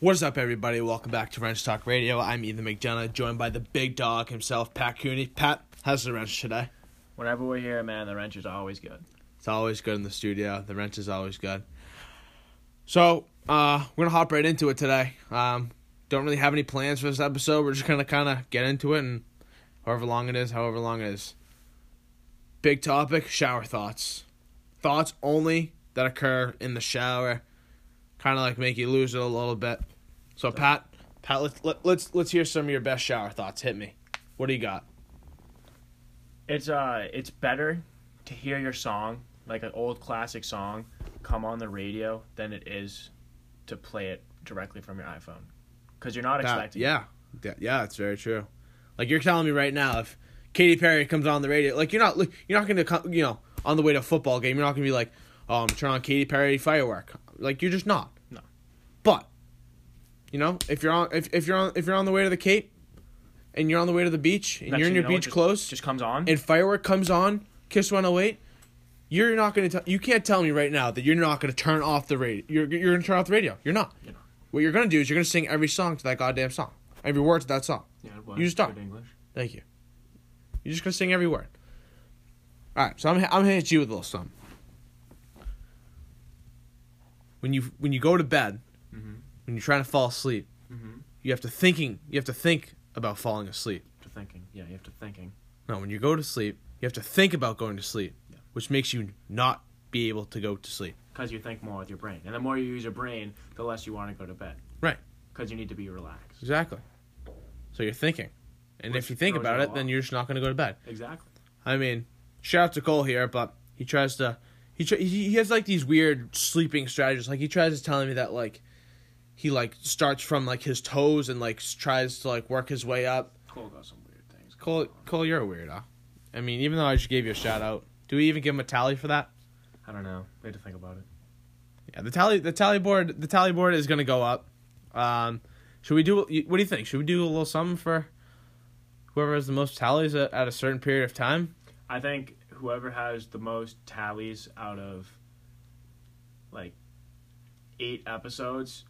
What's up, everybody? Welcome back to Wrench Talk Radio. I'm Ethan McDonough, joined by the big dog himself, Pat Cooney. Pat, how's the wrench today? Whenever we're here, man, the wrench is always good. It's always good in the studio. The wrench is always good. So, uh, we're going to hop right into it today. Um, don't really have any plans for this episode. We're just going to kind of get into it and however long it is, however long it is. Big topic shower thoughts. Thoughts only that occur in the shower. Kind of like make you lose it a little bit. So Pat, Pat, let's let, let's let's hear some of your best shower thoughts. Hit me. What do you got? It's uh, it's better to hear your song, like an old classic song, come on the radio than it is to play it directly from your iPhone, because you're not Pat, expecting. it. yeah, Th- yeah, it's very true. Like you're telling me right now, if Katy Perry comes on the radio, like you're not li- you're not gonna come, you know, on the way to a football game, you're not gonna be like, oh, I'm turning on Katy Perry firework. Like you're just not. No. But, you know, if you're on if, if you're on if you're on the way to the Cape, and you're on the way to the beach, and Next you're in your thing you know, it beach just- clothes, just comes on. and firework comes on, Kiss 108, you're not gonna tell. You can't tell me right now that you're not gonna turn off the radio. You're you're gonna turn off the radio. You're not. You're not. What you're gonna do is you're gonna sing every song to that goddamn song, every word to that song. yeah, you just don't. English. Thank you. You're just gonna sing every word. All right, so I'm I'm hitting you with a little something. When you when you go to bed, Mhm. when you're trying to fall asleep, Mhm. you have to thinking you have to think about falling asleep. To thinking. Yeah, you have to thinking. No, when you go to sleep, you have to think about going to sleep, Yeah. which makes you not be able to go to sleep. Because you think more with your brain, and the more you use your brain, the less you want to go to bed. Right. Because you need to be relaxed. Exactly. So you're thinking. And Which if you think throws about you it, then off. you're just not going to go to bed. Exactly. I mean, shout out to Cole here, but he tries to. He, tr- he he has like these weird sleeping strategies. Like he tries to tell me that like he like starts from like his toes and like s- tries to like work his way up. Cole got some weird things. Cole going on. Cole, you're a weirdo. I mean, even though I just gave you a shout out, do we even give him a tally for that? I don't know. We had to think about it. Yeah, the tally the tally board the tally board is gonna go up. Um, should we do? What do you think? Should we do a little something for whoever has the most tallies at, at a certain period of time? I think whoever has the most tallies out of like eight episodes,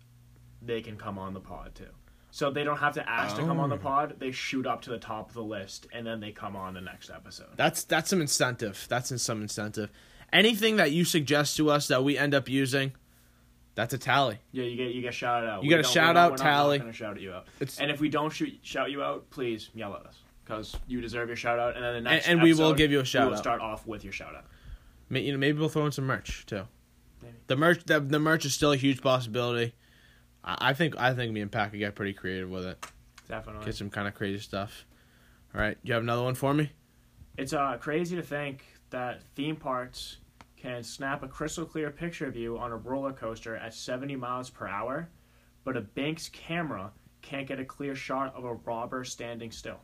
they can come on the pod too. So they don't have to ask to come on the Oh. pod. They shoot up to the top of the list and then they come on the next episode. That's that's some incentive. That's in some incentive. Anything that you suggest to us that we end up using, that's a tally. Yeah, you get you get shouted out. You get a don't- shout we're out, we're tally. We're not gonna shout you out. It's And if we don't shoot shout you out, please yell at us because you deserve your shout out. And then the and, next and we will episode, give you a we shout will out. Start off with your shout out. May- you know, maybe we'll throw in some merch too. Maybe. The merch the, the merch is still a huge possibility. I, I think I think me and Pack could get pretty creative with it. Definitely. Get some kind of crazy stuff. All right, you have another one for me. It's uh, crazy to think that theme parks can snap a crystal clear picture of you on a roller coaster at 70 miles per hour, but a bank's camera can't get a clear shot of a robber standing still.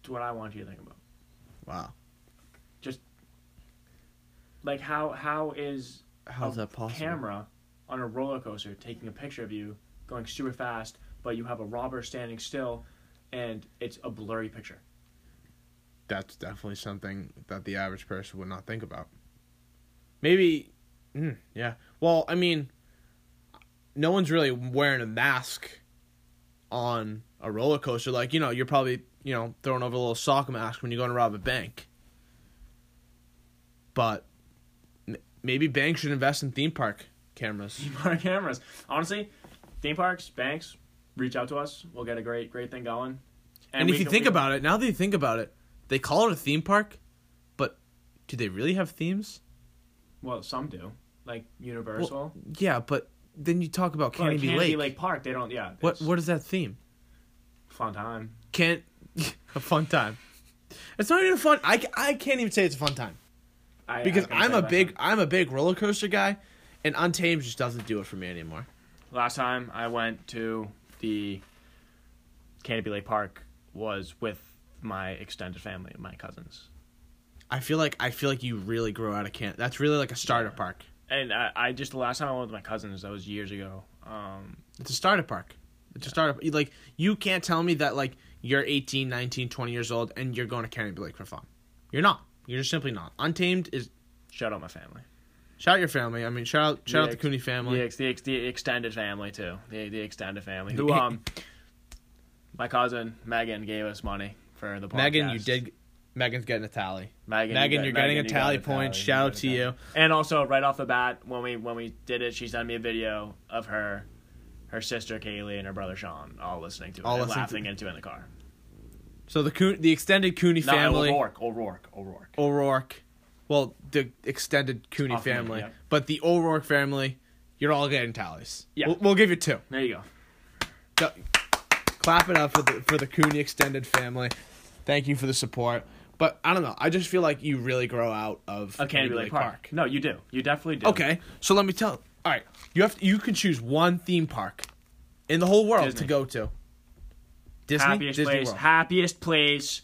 It's what I want you to think about. Wow. Like how how is How's a that possible? camera on a roller coaster taking a picture of you going super fast, but you have a robber standing still, and it's a blurry picture. That's definitely something that the average person would not think about. Maybe, mm, yeah. Well, I mean, no one's really wearing a mask on a roller coaster. Like you know, you're probably you know throwing over a little sock mask when you're going to rob a bank. But m- maybe banks should invest in theme park cameras. theme park cameras. Honestly, theme parks, banks, reach out to us. We'll get a great, great thing going. And, if you think about it, now that you think about it, they call it a theme park, but do they really have themes? well, some do, like Universal, Yeah, but then you talk about Well, like Canopy, Lake. Kennedy Lake Park. They don't, yeah. What it's what is that theme? fun time? Can't a fun time. It's not even a fun. I, ca- I can't even say it's a fun time I, because I can I'm say a that. big I'm a big roller coaster guy, and Untamed just doesn't do it for me anymore. Last time I went to the Canopy Lake Park was with my extended family, and my cousins, I feel like I feel like you really grow out of can. That's really like a starter Yeah. park. and I, I just the last time I went with my cousins that was years ago. Um, It's a starter park. It's a startup. Like you can't tell me that like you're 18, 19, 20 years old and you're going to Canyon Lake for fun. You're not. You're just simply not. Untamed is Shout out my family. shout out your family. I mean shout out shout out the ex- Cooney family. The, ex, the, ex, the extended family too. The the extended family. Who um, my cousin Megan gave us money for the podcast. Megan, you did. Megan's getting a tally. Megan, Megan, got- you're getting Megan, a you got tally point. tally. Shout out got to a you. tally. And also, right off the bat, when we when we did it, she sent me a video of her, her sister Kaylee and her brother Sean all listening to it, All and listening to laughing it. into it in the car. So the Coon, the extended Cooney No, family, O'Rourke, O'Rourke, O'Rourke. O'Rourke, well, the extended Cooney Hoffman, family, yeah. but the O'Rourke family, you're all getting tallies. Yeah. we'll, we'll give you two. There you go. So, clap it up for the for the Cooney extended family. Thank you for the support. But I don't know. I just feel like you really grow out of Of Canterbury Lake Park. No, you do. You definitely do. Okay, so let me tell. All right, you have to, you can choose one theme park in the whole world to Disney. go to. Disney, happiest Disney place, World. happiest place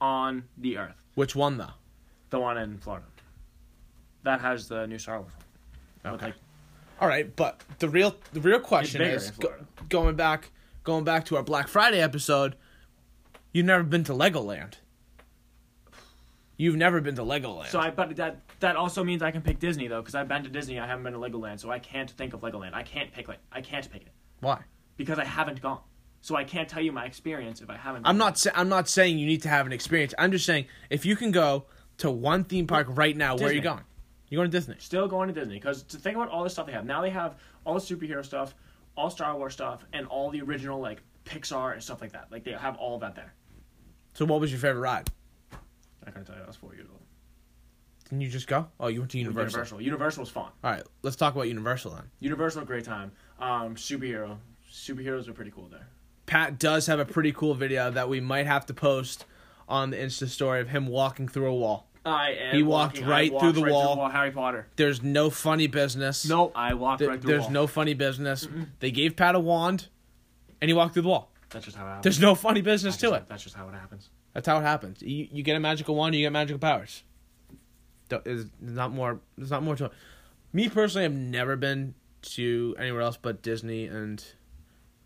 on the earth. Which one though? The one in Florida. That has the new Star Wars. one. With, Okay. like, All right, but the real the real question bigger is in go, Florida. going back going back to our Black Friday episode. You've never been to Legoland. You've never been to Legoland. So I but that that also means I can pick Disney though, because I've been to Disney, I haven't been to Legoland, so I can't think of Legoland. I can't pick like I can't pick it Why? because I haven't gone. So I can't tell you my experience if I haven't. I'm not sa- I'm not saying you need to have an experience. I'm just saying if you can go to one theme park right now, where are you Disney. going? You're going to Disney. still going to Disney because to think about all the stuff they have now, they have all the superhero stuff, all Star Wars stuff, and all the original like Pixar and stuff like that. Like they have all of that there. So what was your favorite ride? I couldn't tell you. I was four years old. Didn't you just go? Oh, you went to Universal. Universal. Universal was fun. All right, let's talk about Universal then. Universal, great time. Um, superhero. Superheroes are pretty cool there. Pat does have a pretty cool video that we might have to post on the Insta story of him walking through a wall. I am. He walked walking- I right walked through the wall. Harry Potter. There's no funny business. No, I walked Th- right through. there's the wall. no funny business. They gave Pat a wand, and he walked through the wall. That's just how it happens. There's no funny business that's to just, it. That's just how it happens. That's how it happens. You, you get a magical wand, you get magical powers. Don't- There's not more. There's not more to it. Me personally, I've never been to anywhere else but Disney and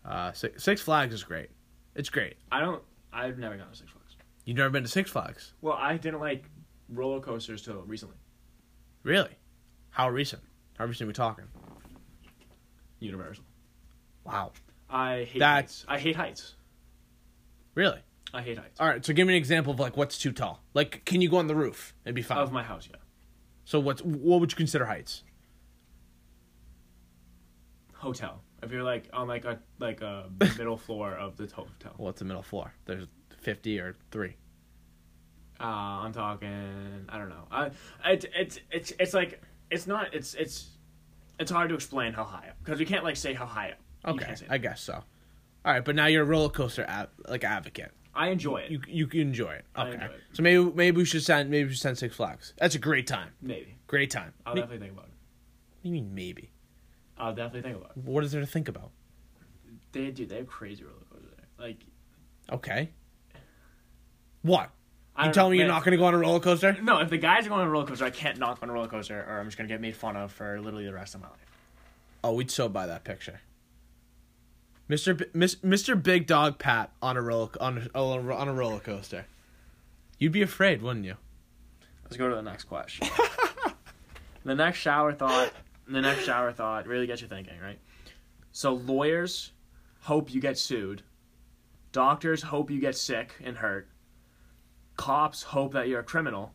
uh, Six, Six Flags is great. It's great. I don't. I've never gone to Six Flags. You've never been to Six Flags, Well, I didn't like roller coasters till recently. really? How recent? How recent are we talking? Universal. Wow, I hate That's- heights. I hate heights. really? I hate heights. All right. So give me an example of like what's too tall. Like, can you go on the roof and be fine? Of my house, yeah. So what's what would you consider heights? Hotel. If you're like on like a like a middle floor of the hotel. Well, it's the middle floor. There's fifty or three. Uh, I'm talking. I don't know. I it's it's it's it's like it's not it's it's it's hard to explain how high up because you can't like say how high up. You Okay, can't say I that. guess so. All right, but now you're a roller coaster av- like advocate. I enjoy it. You you can enjoy it. I Okay. enjoy it. So maybe maybe we should send maybe we should send Six Flags. That's a great time. Maybe Great time. I'll Ma- definitely think about it. what do you mean maybe? I'll definitely think about it. What is there to think about? They do. They have crazy roller coasters there. Like Okay. What? I You don't tell know, me you're man. not going to go on a roller coaster? No, if the guys are going on a roller coaster, I can't not go on a roller coaster, or I'm just gonna get made fun of for literally the rest of my life. Oh, we'd so buy that picture. Mr. B- Mis- Mr. Big Dog Pat on a roller on a, on a roller coaster. You'd be afraid, wouldn't you? Let's go to the next question. the next shower thought. The next shower thought really gets you thinking, right? So lawyers hope you get sued. Doctors hope you get sick and hurt. Cops hope that you're a criminal.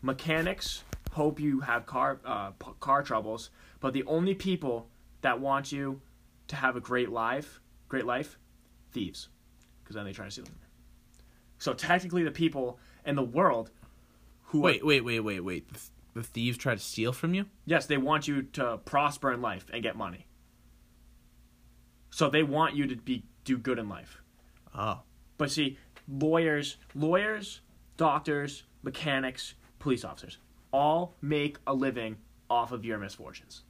Mechanics hope you have car uh, p- car troubles. But the only people that want you to have a great life, great life, thieves, because then they try to steal them. So technically, the people in the world who are- Wait, wait, wait, wait, wait. The, th- the thieves try to steal from you? Yes, they want you to prosper in life and get money. So they want you to be do good in life. Oh. But see, lawyers, lawyers, doctors, mechanics, police officers all make a living off of your misfortunes.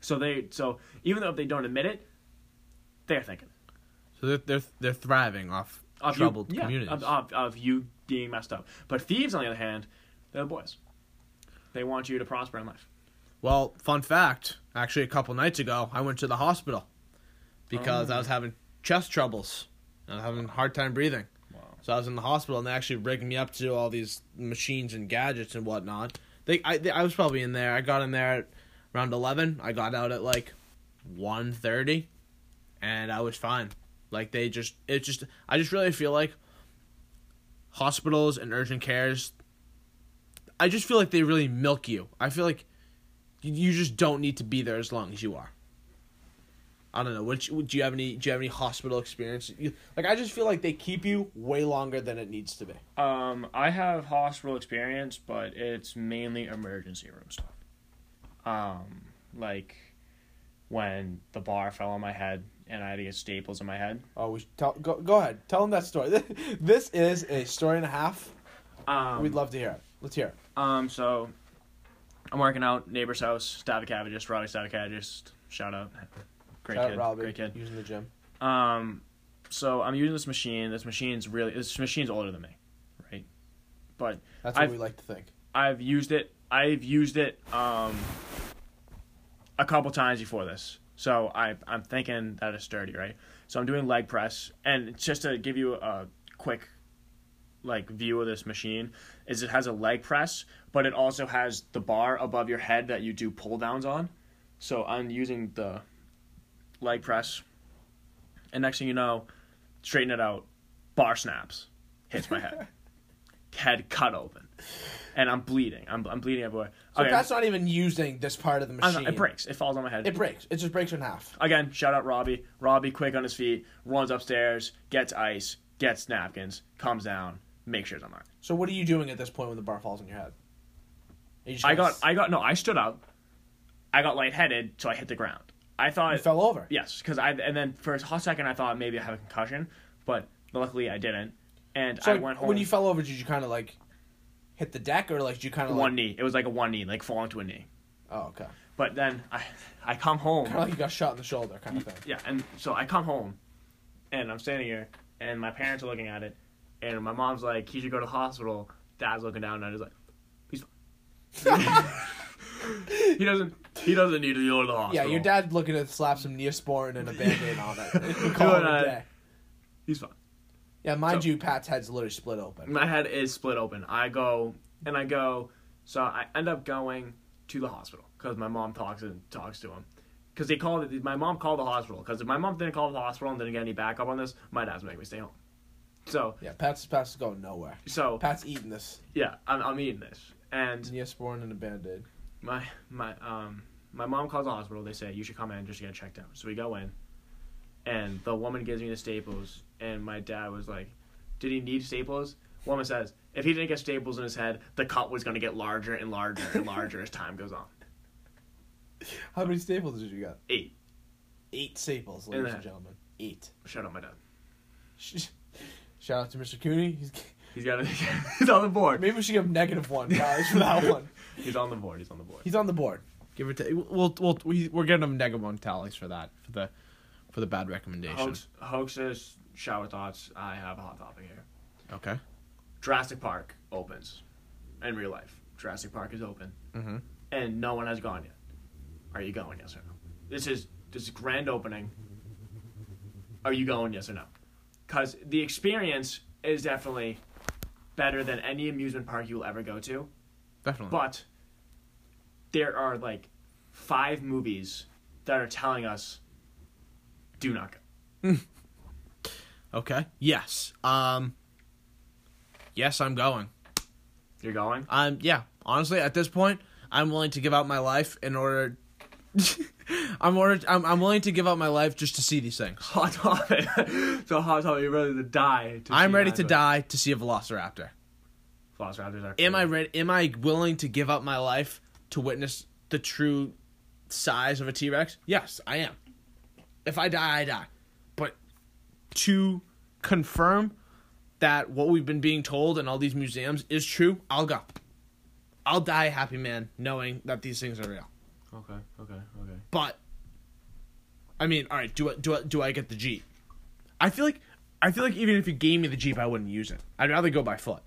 So they so even though if they don't admit it, they're thinking So they're they're, they're thriving off of troubled you, yeah, communities. of, of, of you being messed up. But thieves on the other hand, they're the boys. They want you to prosper in life. well, fun fact, actually a couple nights ago, I went to the hospital. because I was having chest troubles. I was having a hard time breathing. Wow. So I was in the hospital, and they actually rigged me up to do all these machines and gadgets and whatnot. They, I, they, I was probably in there. I got in there at around eleven. I got out at like one thirty, and I was fine. Like they just, it just, I just really feel like hospitals and urgent cares. I just feel like they really milk you. I feel like you- you just don't need to be there as long as you are. I don't know. Which do you have any? Do you have any hospital experience? You, like I just feel like they keep you way longer than it needs to be. Um, I have hospital experience, but it's mainly emergency room stuff. Um, like when the bar fell on my head and I had to get staples in my head. Oh, we should tell. Go, go ahead. Tell them that story. This is a story and a half. Um, We'd love to hear it. Let's hear it. Um, so I'm working out neighbor's house, statocavagist, Robbie statocavagist. Shout out. Great Shout out kid. Robbie, Great kid. Using the gym. Um, so I'm using this machine. This machine's really this machine's older than me, right? But That's what I've- we like to think. I've used it. I've used it um, a couple times before this. So I, I'm thinking that it's dirty, right? So I'm doing leg press, and just to give you a quick like view of this machine, is it has a leg press, but it also has the bar above your head that you do pull downs on. So I'm using the leg press, and next thing you know, straighten it out, bar snaps, hits my head, head cut open, and I'm bleeding. I'm I'm bleeding everywhere. So Okay, that's not even using this part of the I'm machine. not- it breaks. It falls on my head. It breaks. It just breaks in half. Again, shout out Robbie. Robbie, quick on his feet, runs upstairs, gets ice, gets napkins, comes down, makes sure it's on there. So what are you doing at this point when the bar falls on your head? Are you just I gonna got, s- I got, no, I stood up. I got lightheaded, so I hit the ground. I thought, you fell over. yes, because I, and then for a hot second, I thought maybe I have a concussion, but luckily I didn't. And So I went home when you fell over, did you kind of like hit the deck, or like did you kind of one Like, knee. It was like a one knee, like falling to a knee. oh, okay. But then I, I come home. Kind of like you got shot in the shoulder, kind of thing. yeah, and so I come home, and I'm standing here, and my parents are looking at it, and my mom's like, "He should go to the hospital." Dad's looking down, and I just like, "He's fine." he doesn't. He doesn't need to go to the Yeah, hospital. your dad looking to slap some Neosporin and a band-aid on it. No, Call it no. a day. He's fine. Yeah, mind So- Mm. you, Pat's head's literally split open. My head is split open. I go and I go, so I end up going to the hospital because my mom talks and talks to him. Because they called it, my mom called the hospital. Because if my mom didn't call the hospital and didn't get any backup on this, my dad's making me stay home. So, Yeah, Pat's Pat's going nowhere. so Pat's eating this yeah, I'm, I'm eating this, and Neosporin and a band-aid. my my um my mom calls the hospital. They say you should come in just to get checked out. So we go in, and the woman gives me the staples. And my dad was like, "Did he need staples?" Woman says, "If he didn't get staples in his head, the cut was gonna get larger and larger and larger as time goes on." How many staples did you get? Eight. Eight staples, ladies that- and gentlemen. Eight. Shut up, my dad. Sh- Shout out to Mr. Cooney. He's, He's got. A, he's on the board. maybe we should give him negative one dollars for that one. He's on the board. He's on the board. He's on the board. Give it. T- we'll we'll we, we're getting him negative one tallies for that for the for the bad recommendations. Hoax, hoaxes, shower thoughts. I have a hot topic here. Okay. Jurassic Park opens in real life. Jurassic Park is open, Mhm. and no one has gone yet. Are you going? Yes or no? This is this is grand opening. Are you going? Yes or no? Because the experience is definitely better than any amusement park you'll ever go to. Definitely. But there are like five movies that are telling us do not go. okay. Yes. Um. Yes, I'm going. You're going. Um, yeah, honestly, at this point, I'm willing to give out my life in order. I'm order. I'm, I'm willing to give out my life just to see these things. Hot topic. so hot topic. You're ready to die. To I'm see ready that, to but- die to see a velociraptor. Velociraptors are. Am I cool. ready? Am I willing to give up my life to witness the true size of a T Rex? Yes, I am. If I die, I die. But to confirm that what we've been being told in all these museums is true, I'll go. I'll die a happy man knowing that these things are real. Okay, okay, okay. but I mean, all right, do I do I do I get the Jeep? I feel like I feel like even if you gave me the Jeep, I wouldn't use it. I'd rather go by foot,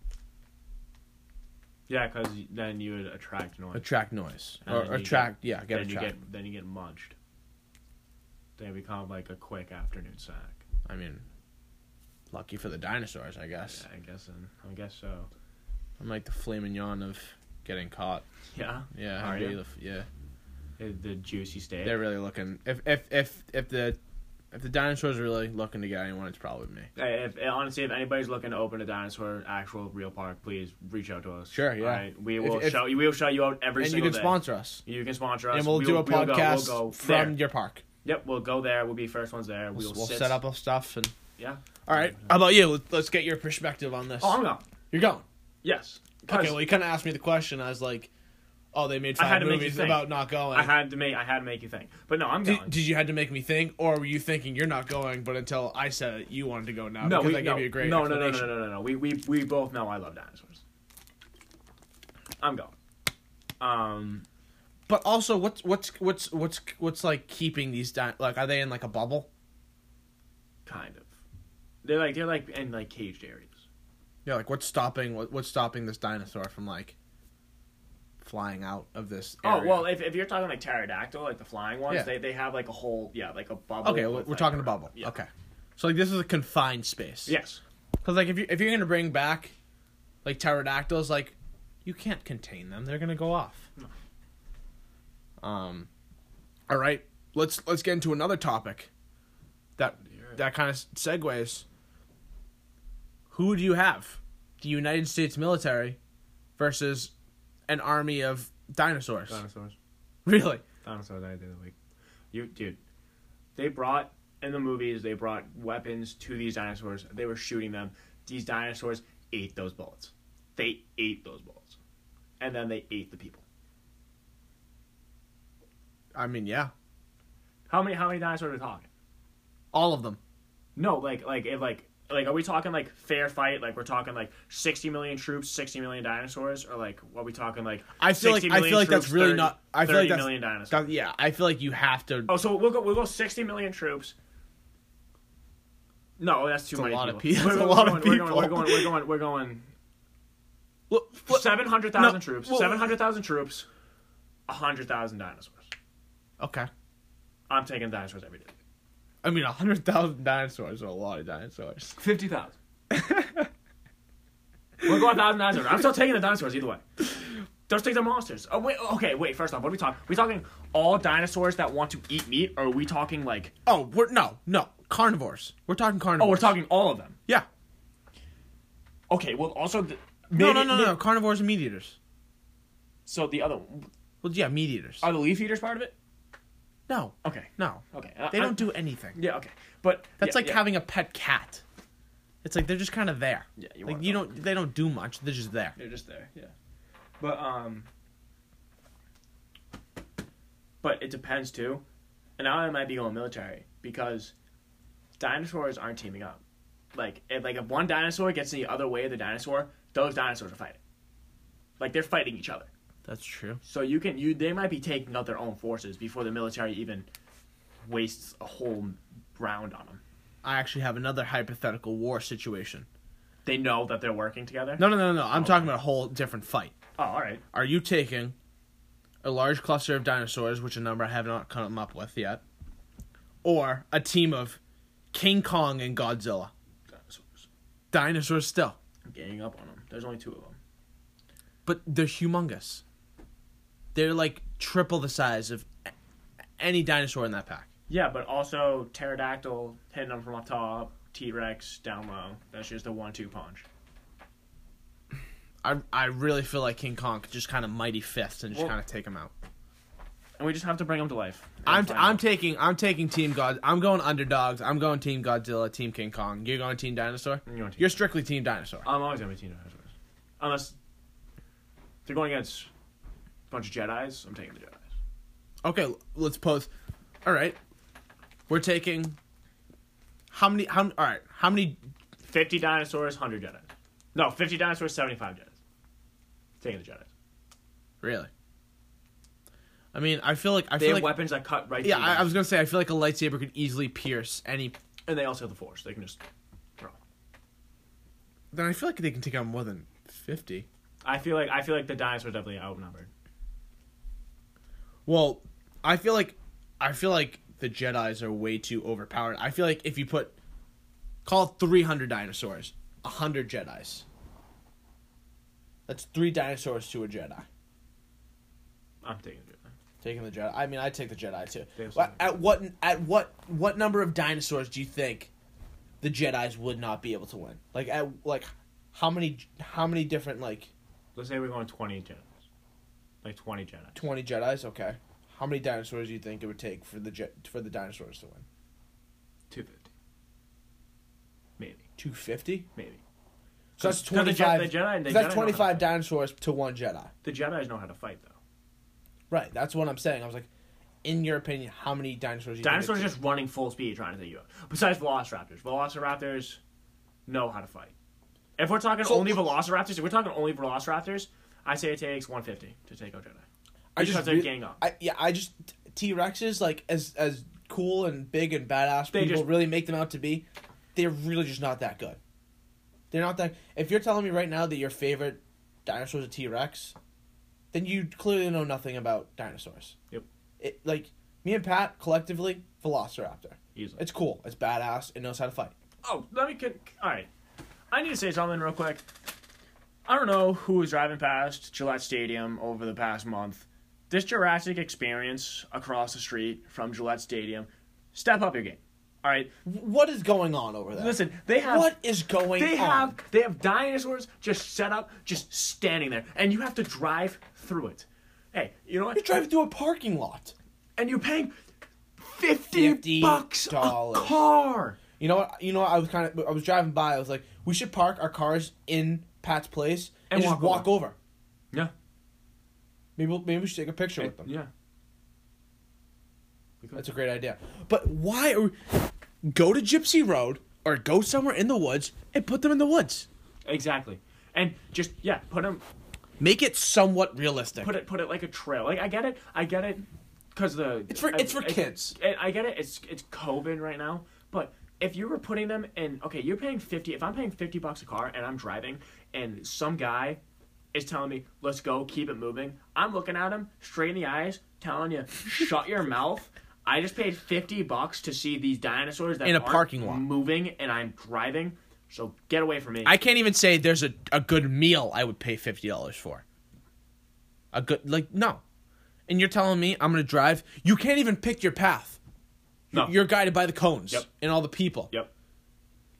Yeah, because then you would attract noise. attract noise And or then Oh, you attract yeah, get then you attract. get then you get munched. they become like a quick afternoon snack. I mean, lucky for the dinosaurs, I guess. Yeah, I guess and I guess so. I'm like the filet yawn of getting caught. Yeah, Yeah, Are I'd be you? the f- yeah. the, the juicy steak. They're really looking. If if if if the if the dinosaurs are really looking to get anyone, it's probably me. Hey, if, honestly, if anybody's looking to open a dinosaur actual real park, please reach out to us. Sure, yeah. Alright, we will if- shout. We will shout you out every and you single can day. sponsor us, You can sponsor us, and we'll, do a we'll go- podcast we'll go from there. your park. Yep, we'll go there. We'll be first ones there. We'll, We'll, we'll sit- set up our stuff and. Yeah. All right. How about you? Let- Let's get your perspective on this. Oh, I'm going. You're going. Yes. 'Cause Okay. Well, you kind of asked me the question. I was like, "Oh, they made I had five to make you movies think. about not going." I had to make. I had to make you think. But no, I'm did, going. did you had to make me think, or were you thinking you're not going? But until I said it, you wanted to go now no, because we, I gave no, you a great no, no, no, no, explanation. no, no, no. We we we both know I love dinosaurs. I'm going. Um. But also, what's what's what's what's what's like keeping these di- like are they in like a bubble? kind of. They're like they're like in like caged areas. Yeah, like what's stopping what, what's stopping this dinosaur from like flying out of this? Oh area? well, if, if you're talking like pterodactyl, like the flying ones, Yeah. they they have like a whole yeah like a bubble. okay, we're, with, we're like, talking a around bubble. them. Yeah. Okay, so like this is a confined space. Yes. because like if you if you're gonna bring back like pterodactyls, like you can't contain them; they're gonna go off. Um, all right, let's let's get into another topic. That that kind of segues. Who do you have? The United States military versus an army of dinosaurs. Dinosaurs. Really? Dinosaurs. I did the week. You dude, they brought in the movies. They brought weapons to these dinosaurs. They were shooting them. These dinosaurs ate those bullets. They ate those bullets, and then they ate the people. I mean, yeah, How many how many dinosaurs are we talking? all of them. No, like like if like like are we talking like fair fight? Like we're talking like sixty million troops, sixty million dinosaurs, or like what are we talking like? I feel like 60 I million feel like that's troops, really 30 not. I feel like 30 that's million dinosaurs. that- yeah. I feel like you have to. Oh, so we'll go we'll go sixty million troops. No, that's too That's a many lot of people. peo- that's We're- a we're lot going- of we're going- We're people. going. We're going. We're going. Look, look- Seven hundred thousand No, troops. well- Seven hundred thousand troops. hundred thousand dinosaurs. okay. I'm taking dinosaurs every day. I mean, 100,000 dinosaurs are a lot of dinosaurs. Fifty thousand. we're going thousand dinosaurs. I'm still taking the dinosaurs either way. Those things are monsters. Oh wait. Okay. Wait. First off, what are we talking? we talking all dinosaurs that want to eat meat, or are we talking like? Oh, we're no, no, carnivores. We're talking carnivores. Oh, we're talking all of them. Yeah. Okay. Well, also. The, No, maybe- no, no, no, may- no. Carnivores and meat eaters. So the other one- Well, yeah, meat eaters. are the leaf eaters part of it? no, Okay. no. Uh, Okay. They don't do anything. Yeah. Okay. But That's yeah, like yeah. having a pet cat. It's like they're just kind of there. Yeah, you like want you them. don't. They don't do much. They're just there. They're just there, yeah. But um But it depends too. And now I might be going military because dinosaurs aren't teaming up. Like if like if one dinosaur gets in the other way of the dinosaur, those dinosaurs are fighting. Like they're fighting each other. That's true. So you can you they might be taking out their own forces before the military even wastes a whole round on them. I actually have another hypothetical war situation. They know that they're working together. No, no, no, no. I'm talking about a whole different fight. Oh, all right. Are you taking a large cluster of dinosaurs, which a number I have not come up with yet, or a team of King Kong and Godzilla? Dinosaurs. Dinosaurs still, I'm ganging up on them. There's only two of them. but they're humongous. They're like triple the size of a- any dinosaur in that pack. Yeah, but also pterodactyl hitting them from up top, T Rex down low. That's just a one-two punch. I I really feel like King Kong could just kind of mighty fists and just Well- kind of take them out. And we just have to bring them to life. And I'm find I'm out. taking I'm taking Team God. I'm going underdogs. I'm going Team Godzilla, Team King Kong. You're going Team Dinosaur. You're going Team- You're strictly Team Dinosaur. I'm always gonna be Team Dinosaurs, unless they're going against a bunch of Jedi's. I'm taking the Jedi's. Okay, l- let's pose. All right, we're taking how many? How all right? How many? Fifty dinosaurs, hundred Jedi's. No, fifty dinosaurs, seventy-five Jedi's. Taking the Jedi's. Really? I mean, I feel like I They feel have like weapons that cut right. yeah. through I, I them. was gonna say I feel like a lightsaber could easily pierce any. and they also have the Force. They can just throw. Then I feel like they can take out more than fifty. I feel like I feel like the dinosaurs definitely outnumbered. Well, I feel like I feel like the Jedi's are way too overpowered. I feel like if you put call three hundred dinosaurs, hundred Jedi's. That's three dinosaurs to a Jedi. I'm taking the Jedi. Taking the Jedi. I mean, I take the Jedi too. There's Well, some- At what at what what number of dinosaurs do you think the Jedi's would not be able to win? Like at like how many how many different like Let's say we're going 20 Jedi. Like 20 Jedi. 20 Jedi's, okay. How many dinosaurs do you think it would take for the Je- for the dinosaurs to win? 250. Maybe. 250? Maybe. So that's No, the Je- 25. the Jedi- the so that's Jedi know 25 how to fight. dinosaurs to one Jedi. The Jedi's know how to fight, though. Right, that's what I'm saying. I was like in your opinion, how many dinosaurs do you Dinosaurs think it just running full speed trying to take you out. Besides Velociraptors. Velociraptors know how to fight. If we're talking So- only Velociraptors, if we're talking only Velociraptors, I say it takes 150 to take out Jedi. I Just just have to re- gang up. I yeah, I just T-Rexes like as as cool and big and badass They people just- really make them out to be, they're really just not that good. They're not that If you're telling me right now that your favorite dinosaur is a T-Rex, then you clearly know nothing about dinosaurs. Yep. It, like me and Pat collectively Velociraptor. Easily. It's cool. It's badass. It knows how to fight. Oh, let me. Con- All right, I need to say something real quick. I don't know who was driving past Gillette Stadium over the past month. This Jurassic experience across the street from Gillette Stadium, step up your game. All right, W- What is going on over there? listen, they have what is going on? they have they have dinosaurs just set up, just standing there, and you have to drive through it. Hey, you know what? You're driving through a parking lot. and you're paying fifty, $50. bucks a car. You know what? You know what? I was kind of. I was driving by. I was like, we should park our cars in Pat's place and, And just walk, walk over. Yeah, Maybe we'll, maybe we should take a picture with them. yeah. That's a great idea. But why? Are we, go to Gypsy Road or go somewhere in the woods and put them in the woods. Exactly. And just yeah, put them Make it somewhat realistic. put it put it like a trail. Like I get it, I get it, because the It's for- I- it's for I- kids. I, I get it. It's it's COVID right now, but if you were putting them in, okay, you're paying fifty. If I'm paying fifty bucks a car and I'm driving, and some guy is telling me, "Let's go, keep it moving," I'm looking at him straight in the eyes, telling you, "Shut your mouth." I just paid fifty bucks to see these dinosaurs that In a aren't parking lot. moving, and I'm driving. So get away from me. I can't even say there's a, a good meal I would pay fifty dollars for. A good like no, and you're telling me I'm gonna drive. You can't even pick your path. No. You're guided by the cones Yep. and all the people. yep.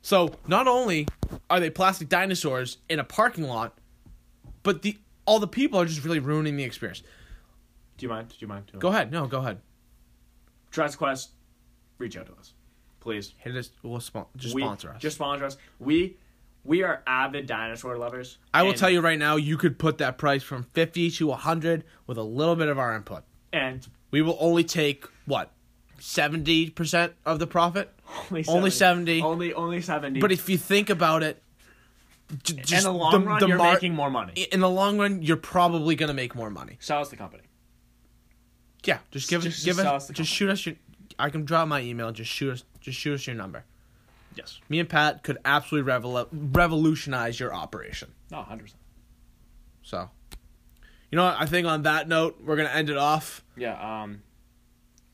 So not only are they plastic dinosaurs in a parking lot, but the all the people are just really ruining the experience. Do you mind? Do you mind? Do you Go ahead, no, go ahead. Jurassic Quest, reach out to us, please. Hit us. We'll spon- just We- sponsor us. Just sponsor us. We we are avid dinosaur lovers. I will and- tell you right now, you could put that price from fifty to hundred with a little bit of our input. And We will only take what seventy percent of the profit. only 70, Only 70. Only only seventy. But if you think about it, j- in just the long run, you're mar- making more money. in the long run, you're probably gonna make more money. Sell us the company. Yeah, just give us, Just- give just tell us, us the just shoot us your. I can drop my email. Just shoot us, just shoot us your number. Yes. Me and Pat could absolutely revol- revolutionize your operation. No, hundred percent. So, you know what? I think on that note, we're gonna end it off. Yeah. Um.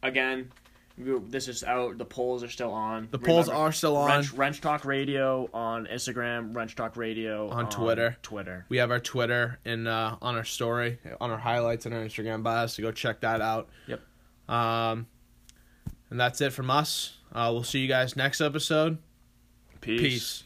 Again, we- this is out. The polls are still on. The polls Remember, are still on. Wrench, Wrench Talk Radio on Instagram. Wrench Talk Radio On Twitter. Twitter. We have our Twitter and uh, on our story, on our highlights, and our Instagram bios. So go check that out. Yep. Um, and that's it from us. Uh, we'll see you guys next episode. Peace.